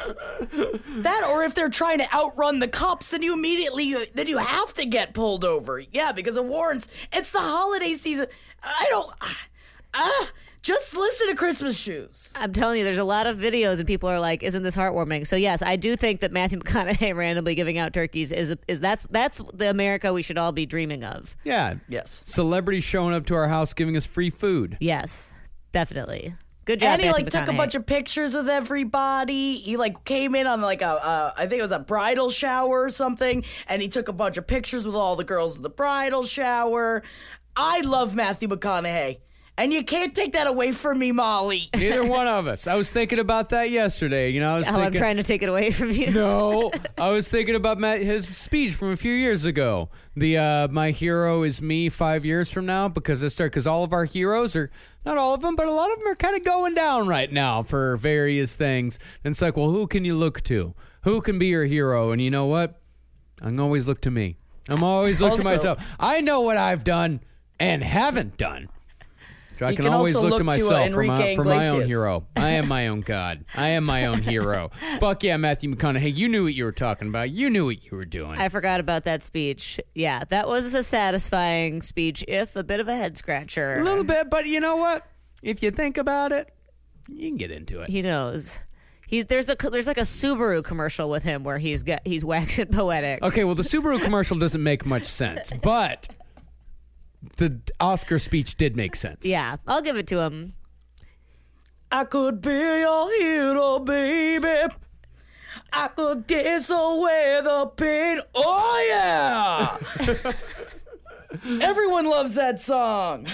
Speaker 2: That, or if they're trying to outrun the cops, then you immediately uh, then you have to get pulled over. Yeah, because of warrants. It's the holiday season. I don't. Ah, just listen to Christmas shoes.
Speaker 3: I'm telling you, there's a lot of videos, and people are like, "Isn't this heartwarming?" So yes, I do think that Matthew McConaughey randomly giving out turkeys is is that's that's the America we should all be dreaming of.
Speaker 1: Yeah.
Speaker 2: Yes.
Speaker 1: Celebrities showing up to our house giving us free food.
Speaker 3: Yes, definitely. Good job,
Speaker 2: And he
Speaker 3: Matthew
Speaker 2: like took a
Speaker 3: McConaughey.
Speaker 2: bunch of pictures with everybody. He like came in on like a uh, I think it was a bridal shower or something, and he took a bunch of pictures with all the girls in the bridal shower. I love Matthew McConaughey, And you can't take that away from me, Molly.
Speaker 1: Neither one of us. I was thinking about that yesterday. You know, I was
Speaker 3: How I'm
Speaker 1: thinking.
Speaker 3: trying to take it away from you.
Speaker 1: no, I was thinking about Matt, his speech from a few years ago. The uh, my hero is me five years from now because I start because all of our heroes are not all of them, but a lot of them are kind of going down right now for various things. And it's like, well, who can you look to? Who can be your hero? And you know what? I can always look to me. I'm always look to
Speaker 2: Also-
Speaker 1: myself. I know what I've done and haven't done. So I
Speaker 2: You
Speaker 1: can,
Speaker 2: can
Speaker 1: always
Speaker 2: also
Speaker 1: look, to
Speaker 2: look to, uh,
Speaker 1: myself for, my,
Speaker 2: Enrique
Speaker 1: for my own
Speaker 2: Iglesias.
Speaker 1: hero. I am my own God. I am my own hero. Fuck yeah, Matthew McConaughey. You knew what you were talking about. You knew what you were doing.
Speaker 3: I forgot about that speech. Yeah, that was a satisfying speech, if a bit of a head
Speaker 1: a
Speaker 3: scratcher.
Speaker 1: little bit, but you know what? If you think about it, you can get into it.
Speaker 3: He knows. He's there's a there's like a Subaru commercial with him where he's got he's waxing poetic.
Speaker 1: Okay, well, the Subaru commercial doesn't make much sense, but the Oscar speech did make sense.
Speaker 3: Yeah, I'll give it to him.
Speaker 2: I could be your hero, baby. I could dance away the pain. Oh, yeah! Everyone loves that song.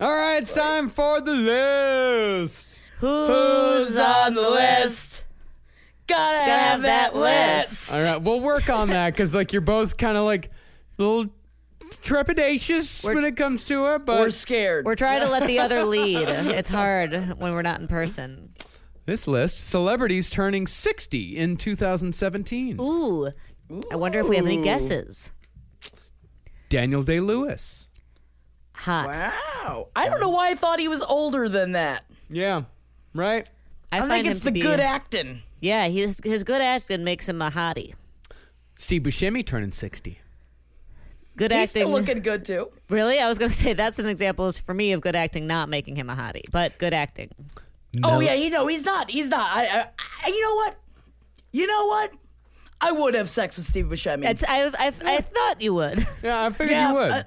Speaker 1: All right, it's time for the list.
Speaker 3: Who's on the list?
Speaker 2: Gotta,
Speaker 3: have that list.
Speaker 1: All right, we'll work on that because like you're both kind of like a little trepidatious when it comes to it, but
Speaker 2: We're scared.
Speaker 3: We're trying to let the other lead. It's hard when we're not in person.
Speaker 1: This list celebrities turning 60 in 2017.
Speaker 3: Ooh, I wonder if we have any guesses.
Speaker 1: Daniel Day Lewis.
Speaker 3: Hot.
Speaker 2: wow. I don't know why I thought he was older than that.
Speaker 1: Yeah, right?
Speaker 3: I,
Speaker 2: I,
Speaker 3: find
Speaker 2: think
Speaker 3: him
Speaker 2: it's
Speaker 3: to
Speaker 2: the
Speaker 3: be-
Speaker 2: good acting.
Speaker 3: Yeah, his his good acting makes him a hottie.
Speaker 1: Steve Buscemi turning 60.
Speaker 3: Good
Speaker 2: He's
Speaker 3: acting.
Speaker 2: still looking good, too.
Speaker 3: really, I was gonna say that's an example for me of good acting not making him a hottie, but good acting.
Speaker 2: Oh yeah, you know he's not. He's not. I, I, I. You know what? You know what? I would have sex with Steve Buscemi.
Speaker 3: It's I I I thought you would.
Speaker 1: Yeah, I figured
Speaker 2: Yeah,
Speaker 1: you would.
Speaker 2: uh,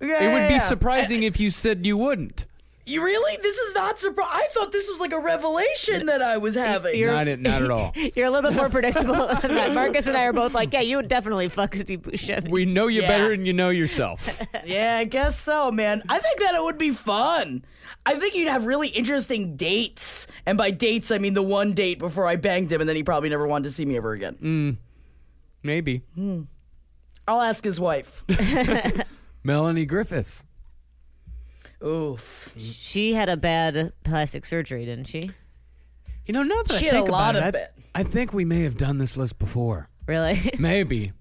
Speaker 1: it would be
Speaker 2: Yeah.
Speaker 1: surprising if you said you wouldn't.
Speaker 2: You really? This is not surprise. I thought this was like a revelation that I was having.
Speaker 3: You're-
Speaker 1: Not, it, not at all.
Speaker 3: You're a little bit more predictable than that. Marcus and I are both like, yeah, you would definitely fuck Steve Buscemi.
Speaker 1: We know you
Speaker 2: Yeah.
Speaker 1: better than you know yourself.
Speaker 2: yeah, I guess so, man. I think that it would be fun. I think you'd have really interesting dates, and by dates I mean the one date before I banged him, and then he probably never wanted to see me ever again.
Speaker 1: Maybe.
Speaker 2: I'll ask his wife.
Speaker 1: Melanie Griffith.
Speaker 2: Oof.
Speaker 3: she had a bad plastic surgery, didn't she?
Speaker 1: You know, now that
Speaker 2: She
Speaker 1: I
Speaker 2: had a
Speaker 1: think about
Speaker 2: lot
Speaker 1: it,
Speaker 2: of
Speaker 1: I,
Speaker 2: it.
Speaker 1: I think we may have done this list before.
Speaker 3: Really?
Speaker 1: Maybe.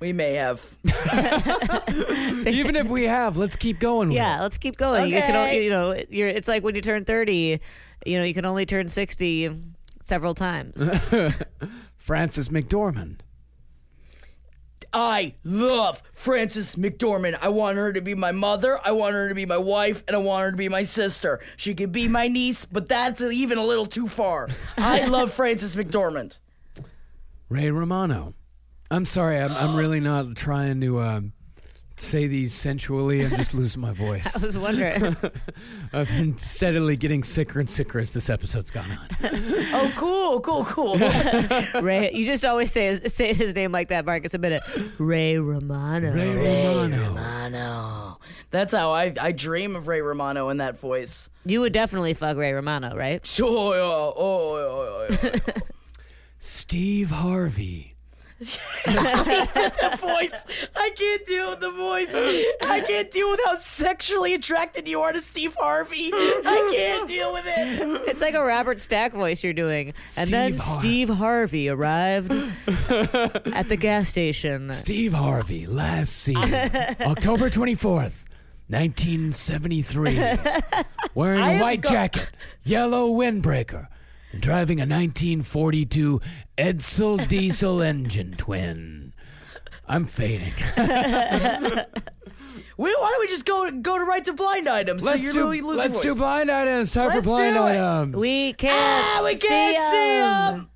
Speaker 2: We may have.
Speaker 1: Even if we have, let's keep going. with
Speaker 3: Yeah, let's keep going. You can,
Speaker 2: Okay.
Speaker 3: only, you know, you're, it's like when you turn thirty, you know, you can only turn sixty several times.
Speaker 1: it. Frances McDormand.
Speaker 2: I love Frances McDormand. I want her to be my mother. I want her to be my wife, and I want her to be my sister. She could be my niece, but that's even a little too far. I love Frances McDormand.
Speaker 1: Ray Romano. I'm sorry, I'm, I'm really not trying to uh, say these sensually. I'm just losing my voice.
Speaker 3: I was wondering.
Speaker 1: I've been steadily getting sicker and sicker as this episode's gone on.
Speaker 2: Oh, cool, cool, cool.
Speaker 3: Ray, you just always say his, say his name like that, Marcus. A minute, Ray Romano.
Speaker 1: Ray Romano.
Speaker 2: Romano. That's how I, I dream of Ray Romano in that voice.
Speaker 3: You would definitely fuck Ray Romano, right?
Speaker 2: Oh, yeah, oh, yeah, oh, yeah.
Speaker 1: Steve Harvey.
Speaker 2: the voice. I can't deal with the voice. I can't deal with how sexually attracted you are to Steve Harvey. I can't deal with it.
Speaker 3: It's like a Robert Stack voice you're doing. And then
Speaker 1: Steve Har-
Speaker 3: Steve Harvey arrived at the gas station.
Speaker 1: Steve Harvey, last seen October 24th, 1973. Wearing
Speaker 2: I
Speaker 1: a
Speaker 2: have
Speaker 1: white
Speaker 2: got-
Speaker 1: jacket, yellow windbreaker, and driving a 1942 Edsel diesel engine twin. I'm fading.
Speaker 2: We, why don't we just go go to right to blind items? so you're really losing
Speaker 1: let's
Speaker 2: voice.
Speaker 1: do blind items. Time for
Speaker 2: Let's
Speaker 1: blind
Speaker 2: do it.
Speaker 1: items.
Speaker 3: We can't,
Speaker 2: Ah, we can't see him.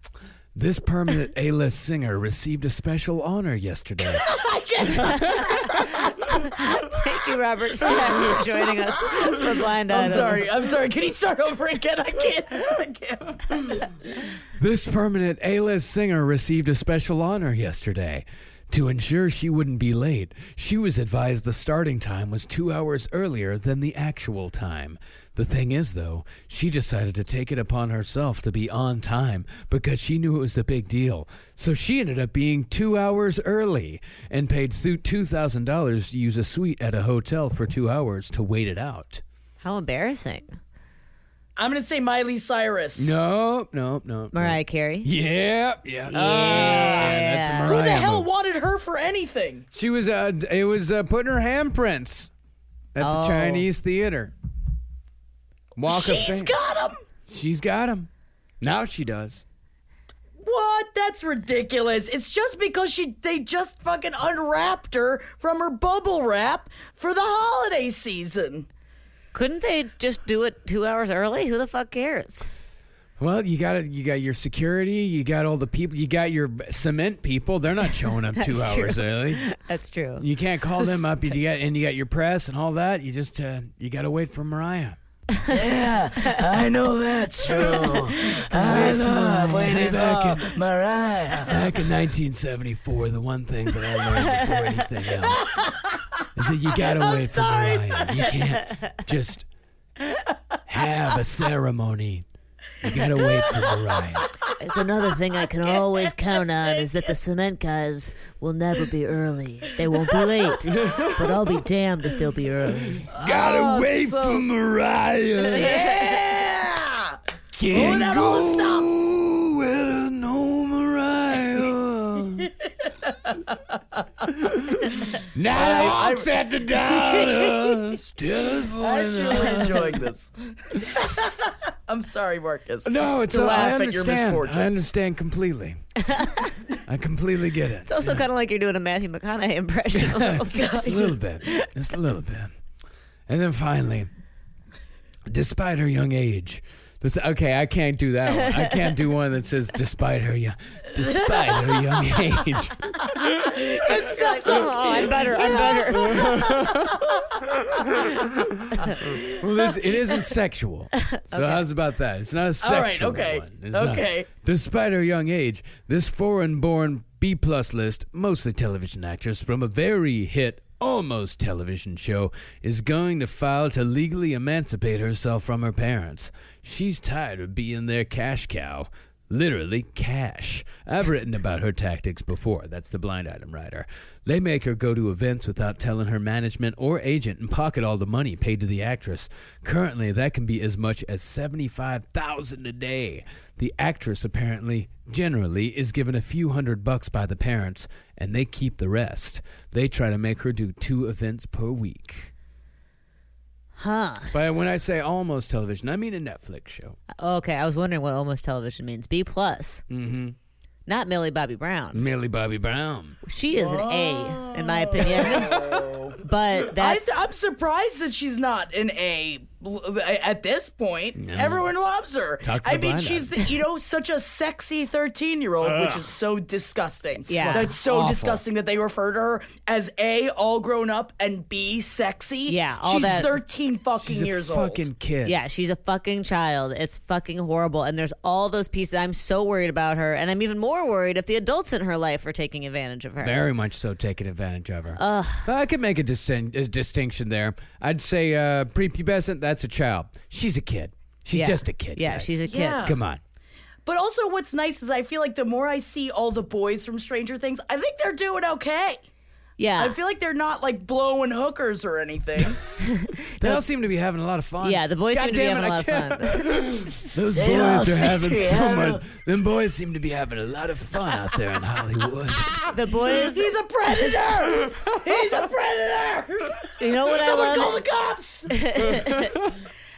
Speaker 1: This permanent A-list singer received a special honor yesterday.
Speaker 2: I can't.
Speaker 3: Thank you, Robert Stack, for joining us for Blind
Speaker 2: I'm
Speaker 3: Items.
Speaker 2: sorry. I'm sorry. Can he start over again? I can't. I can't.
Speaker 1: this permanent A-list singer received a special honor yesterday. To ensure she wouldn't be late, she was advised the starting time was two hours earlier than the actual time. The thing is, though, she decided to take it upon herself to be on time because she knew it was a big deal. So she ended up being two hours early and paid th- $2,000 to use a suite at a hotel for two hours to wait it out.
Speaker 3: How embarrassing.
Speaker 2: I'm gonna say Miley Cyrus.
Speaker 1: No, no, no. no.
Speaker 3: Mariah Carey.
Speaker 1: Yeah, yeah. Yeah. that's a Mariah
Speaker 2: Ah, Who the hell
Speaker 1: move.
Speaker 2: wanted her for anything?
Speaker 1: She was uh, d- it was uh, putting her handprints at
Speaker 3: Oh.
Speaker 1: the Chinese theater. Walk of
Speaker 2: She's
Speaker 1: fame.
Speaker 2: got him.
Speaker 1: She's got him. Now she does.
Speaker 2: What? That's ridiculous. It's just because she they just fucking unwrapped her from her bubble wrap for the holiday season.
Speaker 3: Couldn't they just do it two hours early? Who the fuck cares?
Speaker 1: Well, you got it. You got your security. You got all the people. You got your cement people. They're not showing up two
Speaker 3: That's
Speaker 1: hours
Speaker 3: true.
Speaker 1: early.
Speaker 3: That's true.
Speaker 1: You can't call them up. You got and you got your press and all that. You just uh, you got to wait for Mariah.
Speaker 2: I know that's true. I love waiting
Speaker 1: for
Speaker 2: Mariah.
Speaker 1: Back in 1974, the one thing that I learned before anything else is that you gotta wait
Speaker 2: sorry,
Speaker 1: for Mariah. You can't just have a ceremony. You gotta wait for Mariah.
Speaker 3: It's another thing I can always count on is that the cement guys will never be early. They won't be late, but I'll be damned if they'll be early.
Speaker 1: Gotta wait for Mariah.
Speaker 2: Yeah.
Speaker 1: Can't
Speaker 2: that all
Speaker 1: go without no Mariah. Not hawks at the dollar. Still
Speaker 2: I'm
Speaker 1: falling
Speaker 2: actually enjoying this. I'm sorry, Marcus.
Speaker 1: No, it's
Speaker 2: to
Speaker 1: uh,
Speaker 2: laugh
Speaker 1: I
Speaker 2: at your
Speaker 1: understand. I
Speaker 2: misfortune.
Speaker 1: understand completely. I completely get it.
Speaker 3: It's also kind of like you're doing a Matthew McConaughey impression. Oh,
Speaker 1: Just a little bit. Just a little bit. And then finally, despite her young age, this, okay, I can't do that one. I can't do one that says despite her young, despite her young age.
Speaker 3: oh, I'm better. I'm better.
Speaker 1: Well, this, it isn't sexual. So how's about that? It's not a
Speaker 2: All right,
Speaker 1: sexual
Speaker 2: okay.
Speaker 1: one. It's not.
Speaker 2: Okay.
Speaker 1: Despite her young age, this foreign-born B-plus list, mostly television actress from a very hit, almost television show, is going to file to legally emancipate herself from her parents. She's tired of being their cash cow. Literally cash. I've written about her tactics before. That's the blind item writer. They make her go to events without telling her management or agent and pocket all the money paid to the actress. Currently, that can be as much as 75,000 a day. The actress apparently generally is given a few hundred bucks by the parents and they keep the rest. They try to make her do two events per week.
Speaker 3: Huh.
Speaker 1: But when I say almost television, I mean a Netflix show.
Speaker 3: Okay, I was wondering what almost television means. B plus. Mm-hmm. Not Millie Bobby Brown.
Speaker 1: Merely Bobby Brown.
Speaker 3: She is an A, in my opinion. but
Speaker 2: I,
Speaker 3: that's
Speaker 2: I'm surprised that she's not an A at this point. Everyone loves her.
Speaker 1: Talk for
Speaker 2: I
Speaker 1: the
Speaker 2: mean,
Speaker 1: blind
Speaker 2: she's the, you know such a sexy 13 year old, which is so disgusting.
Speaker 3: Yeah.
Speaker 2: that's so
Speaker 1: Awful.
Speaker 2: disgusting that they refer to her as A, all grown up, and B, sexy.
Speaker 3: Yeah, all
Speaker 2: she's
Speaker 3: that-
Speaker 2: 13 fucking
Speaker 1: She's
Speaker 2: years
Speaker 1: a
Speaker 2: old.
Speaker 1: fucking kid.
Speaker 3: Yeah, she's a fucking child. It's fucking horrible. And there's all those pieces. I'm so worried about her. And I'm even more worried if the adults in her life are taking advantage of her.
Speaker 1: Very much so taking advantage of her. Well, I could make a, distin- a distinction there. I'd say uh, prepubescent, that's a child. She's a kid. She's
Speaker 3: Yeah.
Speaker 1: just a kid.
Speaker 3: Yeah,
Speaker 1: guys.
Speaker 3: she's a kid.
Speaker 2: Yeah.
Speaker 1: Come on.
Speaker 2: But also, what's nice is I feel like the more I see all the boys from Stranger Things, I think they're doing okay.
Speaker 3: Yeah.
Speaker 2: I feel like they're not like blowing hookers or anything.
Speaker 1: They all seem to be having a lot of fun.
Speaker 3: yeah, the boys
Speaker 1: God
Speaker 3: seem to be
Speaker 1: damn
Speaker 3: having
Speaker 1: it,
Speaker 3: a
Speaker 1: I
Speaker 3: lot
Speaker 1: can't-
Speaker 3: of fun.
Speaker 1: Those boys are having so much. Them boys seem to be having a lot of fun out there in Hollywood.
Speaker 3: The boys,
Speaker 2: He's a predator! He's a predator!
Speaker 3: you know what I
Speaker 2: Someone
Speaker 3: love?
Speaker 2: call the cops!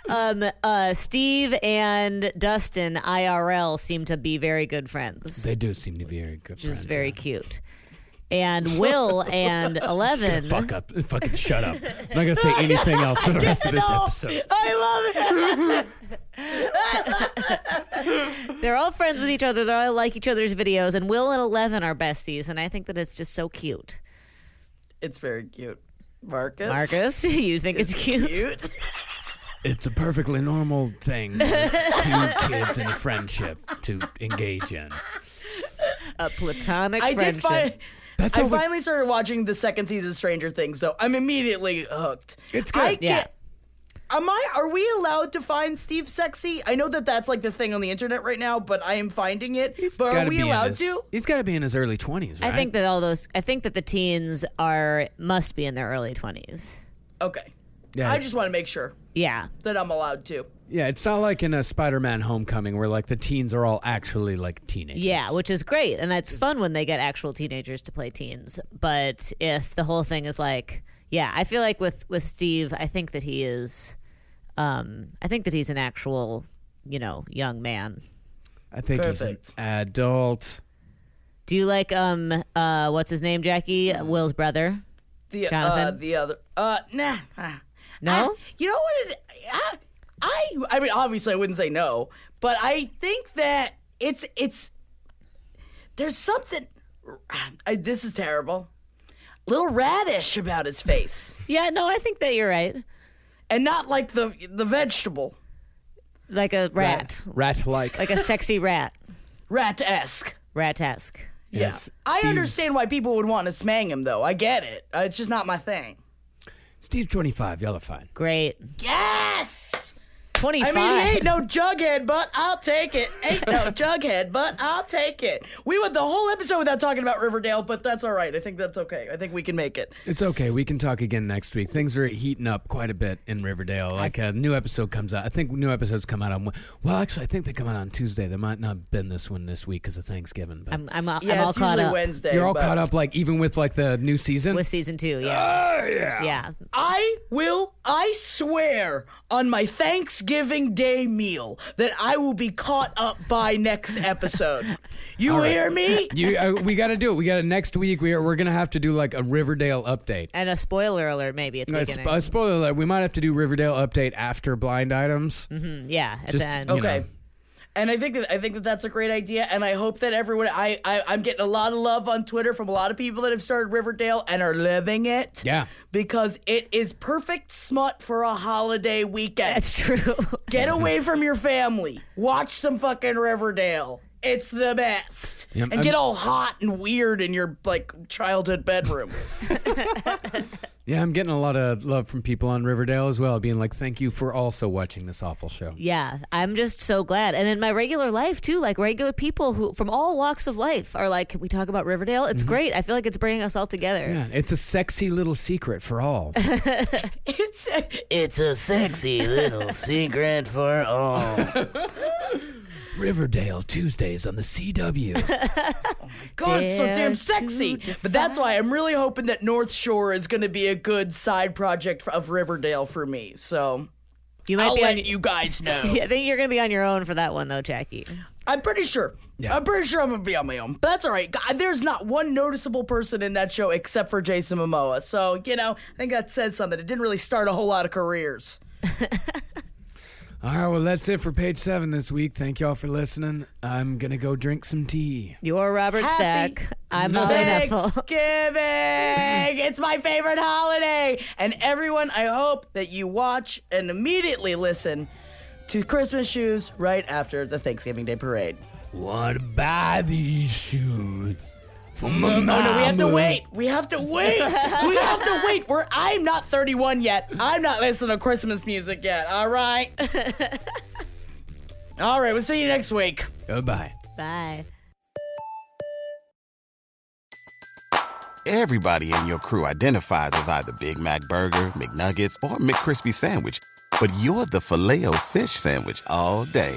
Speaker 3: um, uh, Steve and Dustin IRL seem to be very good friends,
Speaker 1: they do seem to be very good
Speaker 3: which is
Speaker 1: friends.
Speaker 3: very cute. And Will and Eleven.
Speaker 1: Fuck up. Fucking shut up. I'm not going to say anything else for the rest of this episode.
Speaker 2: I love it!
Speaker 3: They're all friends with each other. They all like each other's videos, and Will and Eleven are besties, and I think that it's just so cute.
Speaker 2: It's very cute. Marcus?
Speaker 3: Marcus, you think it's, cute?
Speaker 2: Cute?
Speaker 1: It's a perfectly normal thing for two kids in a friendship to engage in.
Speaker 3: A platonic
Speaker 2: I did
Speaker 3: friendship.
Speaker 2: find.
Speaker 1: That's
Speaker 2: I
Speaker 1: all we-
Speaker 2: finally started watching the second season of Stranger Things, though. I'm immediately hooked.
Speaker 1: It's good.
Speaker 2: I
Speaker 3: Yeah.
Speaker 2: get- Am I? Are we allowed to find Steve sexy? I know that that's like the thing on the internet right now, but I am finding it. but are
Speaker 1: Gotta
Speaker 2: we
Speaker 1: be in
Speaker 2: allowed
Speaker 1: his-
Speaker 2: to?
Speaker 1: He's got to be in his early twenties,
Speaker 3: I
Speaker 1: right?
Speaker 3: think that all those. I think that the teens are must be in their early twenties.
Speaker 2: Okay.
Speaker 1: Yeah.
Speaker 2: I just want to make sure
Speaker 3: Yeah.
Speaker 2: that I'm allowed to.
Speaker 1: yeah, it's not like in a Spider-Man: Homecoming where like the teens are all actually like teenagers.
Speaker 3: Yeah, which is great, and it's fun when they get actual teenagers to play teens. But if the whole thing is like, yeah, I feel like with with Steve, I think that he is, um, I think that he's an actual, you know, young man.
Speaker 1: I think he's
Speaker 2: Perfect.
Speaker 1: an adult.
Speaker 3: Do you like um, uh, what's his name, Jackie Will's brother?
Speaker 2: The uh,
Speaker 3: Jonathan?
Speaker 2: the other uh nah. ah.
Speaker 3: No?
Speaker 2: Ah, you know what? It, ah, I I mean obviously I wouldn't say no, but I think that it's it's there's something I, this is terrible. Little radish about his face.
Speaker 3: Yeah, no, I think that you're right.
Speaker 2: and not like the the vegetable.
Speaker 3: Like a rat,
Speaker 1: Rat like.
Speaker 3: like a sexy rat,
Speaker 2: Rat-esque.
Speaker 3: rat-esque.
Speaker 1: Yes.
Speaker 2: Yeah. I
Speaker 1: Steve's-
Speaker 2: understand why people would want to smang him though. I get it. Uh, it's just not my thing.
Speaker 1: Steve, twenty-five. Y'all are fine.
Speaker 3: Great.
Speaker 2: Yes! I
Speaker 3: Twenty-five.
Speaker 2: mean, he ain't no jughead, but I'll take it. Ain't no jughead, but I'll take it. We went the whole episode without talking about Riverdale, but that's all right. I think that's okay. I think we can make it.
Speaker 1: It's okay. We can talk again next week. Things are heating up quite a bit in Riverdale. Like a new episode comes out. I think new episodes come out on. Well, actually, I think they come out on Tuesday. There might not have been this one this week because of Thanksgiving. But
Speaker 3: I'm, I'm, all-
Speaker 2: Yeah,
Speaker 3: I'm all
Speaker 2: it's
Speaker 3: caught
Speaker 2: usually
Speaker 3: up
Speaker 2: Wednesday.
Speaker 1: you're all
Speaker 2: but
Speaker 1: caught up, like even with like the new season. Oh,
Speaker 3: with season two. Yeah.
Speaker 2: Ah.
Speaker 3: yeah. Yeah.
Speaker 2: I will, I swear on my Thanksgiving Day meal that I will be caught up by next episode. You hear me?
Speaker 1: you, uh, we got to do it. We got to next week. We are, we're gonna have to do like a Riverdale update.
Speaker 3: And a spoiler alert, maybe at the
Speaker 1: A,
Speaker 3: beginning.
Speaker 1: sp- a spoiler alert: We might have to do Riverdale update after blind items.
Speaker 3: Mm-hmm. Mm, yeah, at
Speaker 1: Just-
Speaker 3: the end.
Speaker 1: you
Speaker 2: Okay.
Speaker 1: know.
Speaker 2: And I think that I think that that's a great idea, and I hope that everyone I, I I'm getting a lot of love on Twitter from a lot of people that have started Riverdale and are living it.
Speaker 1: Yeah.
Speaker 2: because it is perfect smut for a holiday weekend.
Speaker 3: That's true.
Speaker 2: Get away from your family, watch some fucking Riverdale. It's the best,
Speaker 1: Yeah,
Speaker 2: and
Speaker 1: I'm-
Speaker 2: get all hot and weird in your like childhood bedroom.
Speaker 1: Yeah, I'm getting a lot of love from people on Riverdale as well, being like, "Thank you for also watching this awful show."
Speaker 3: yeah, I'm just so glad. And in my regular life too, like regular people who from all walks of life are like, "Can we talk about Riverdale?"
Speaker 2: Mm-hmm.
Speaker 3: It's great. I feel like it's bringing us all together.
Speaker 1: Yeah, it's a sexy little secret for all.
Speaker 2: it's
Speaker 4: It's a sexy little secret for all.
Speaker 1: Riverdale Tuesdays on the CW.
Speaker 2: God, it's so
Speaker 3: Dare
Speaker 2: damn
Speaker 3: to
Speaker 2: sexy.
Speaker 3: defy.
Speaker 2: But that's why I'm really hoping that North Shore is going to be a good side project of Riverdale for me. So
Speaker 3: You might
Speaker 2: I'll
Speaker 3: be. on
Speaker 2: let
Speaker 3: your-
Speaker 2: you guys know.
Speaker 3: Yeah, I think you're gonna be on your own for that one though, Jackie.
Speaker 2: I'm pretty sure.
Speaker 1: Yeah.
Speaker 2: I'm pretty sure I'm going to be on my own. But that's all right. God, There's not one noticeable person in that show except for Jason Momoa. So, you know, I think that says something. It didn't really start a whole lot of careers.
Speaker 1: All right, well, that's it for page seven this week. Thank y'all for listening. I'm going to go drink some tea.
Speaker 3: You're Robert
Speaker 2: Happy
Speaker 3: Stack. I'm Molly Neffel.
Speaker 2: Thanksgiving. it's my favorite holiday. And everyone, I hope that you watch and immediately listen to Christmas Shoes right after the Thanksgiving Day Parade.
Speaker 1: Want to buy these shoes for my
Speaker 2: Oh no, we have to wait. We have to wait. we have to wait. We're I'm not 31 yet. I'm not listening to Christmas music yet. All right. All right, we'll see you next week.
Speaker 1: Goodbye.
Speaker 3: Bye.
Speaker 5: Everybody in your crew identifies as either Big Mac Burger, McNuggets, or McCrispy Sandwich. But you're the filet fish Sandwich all day.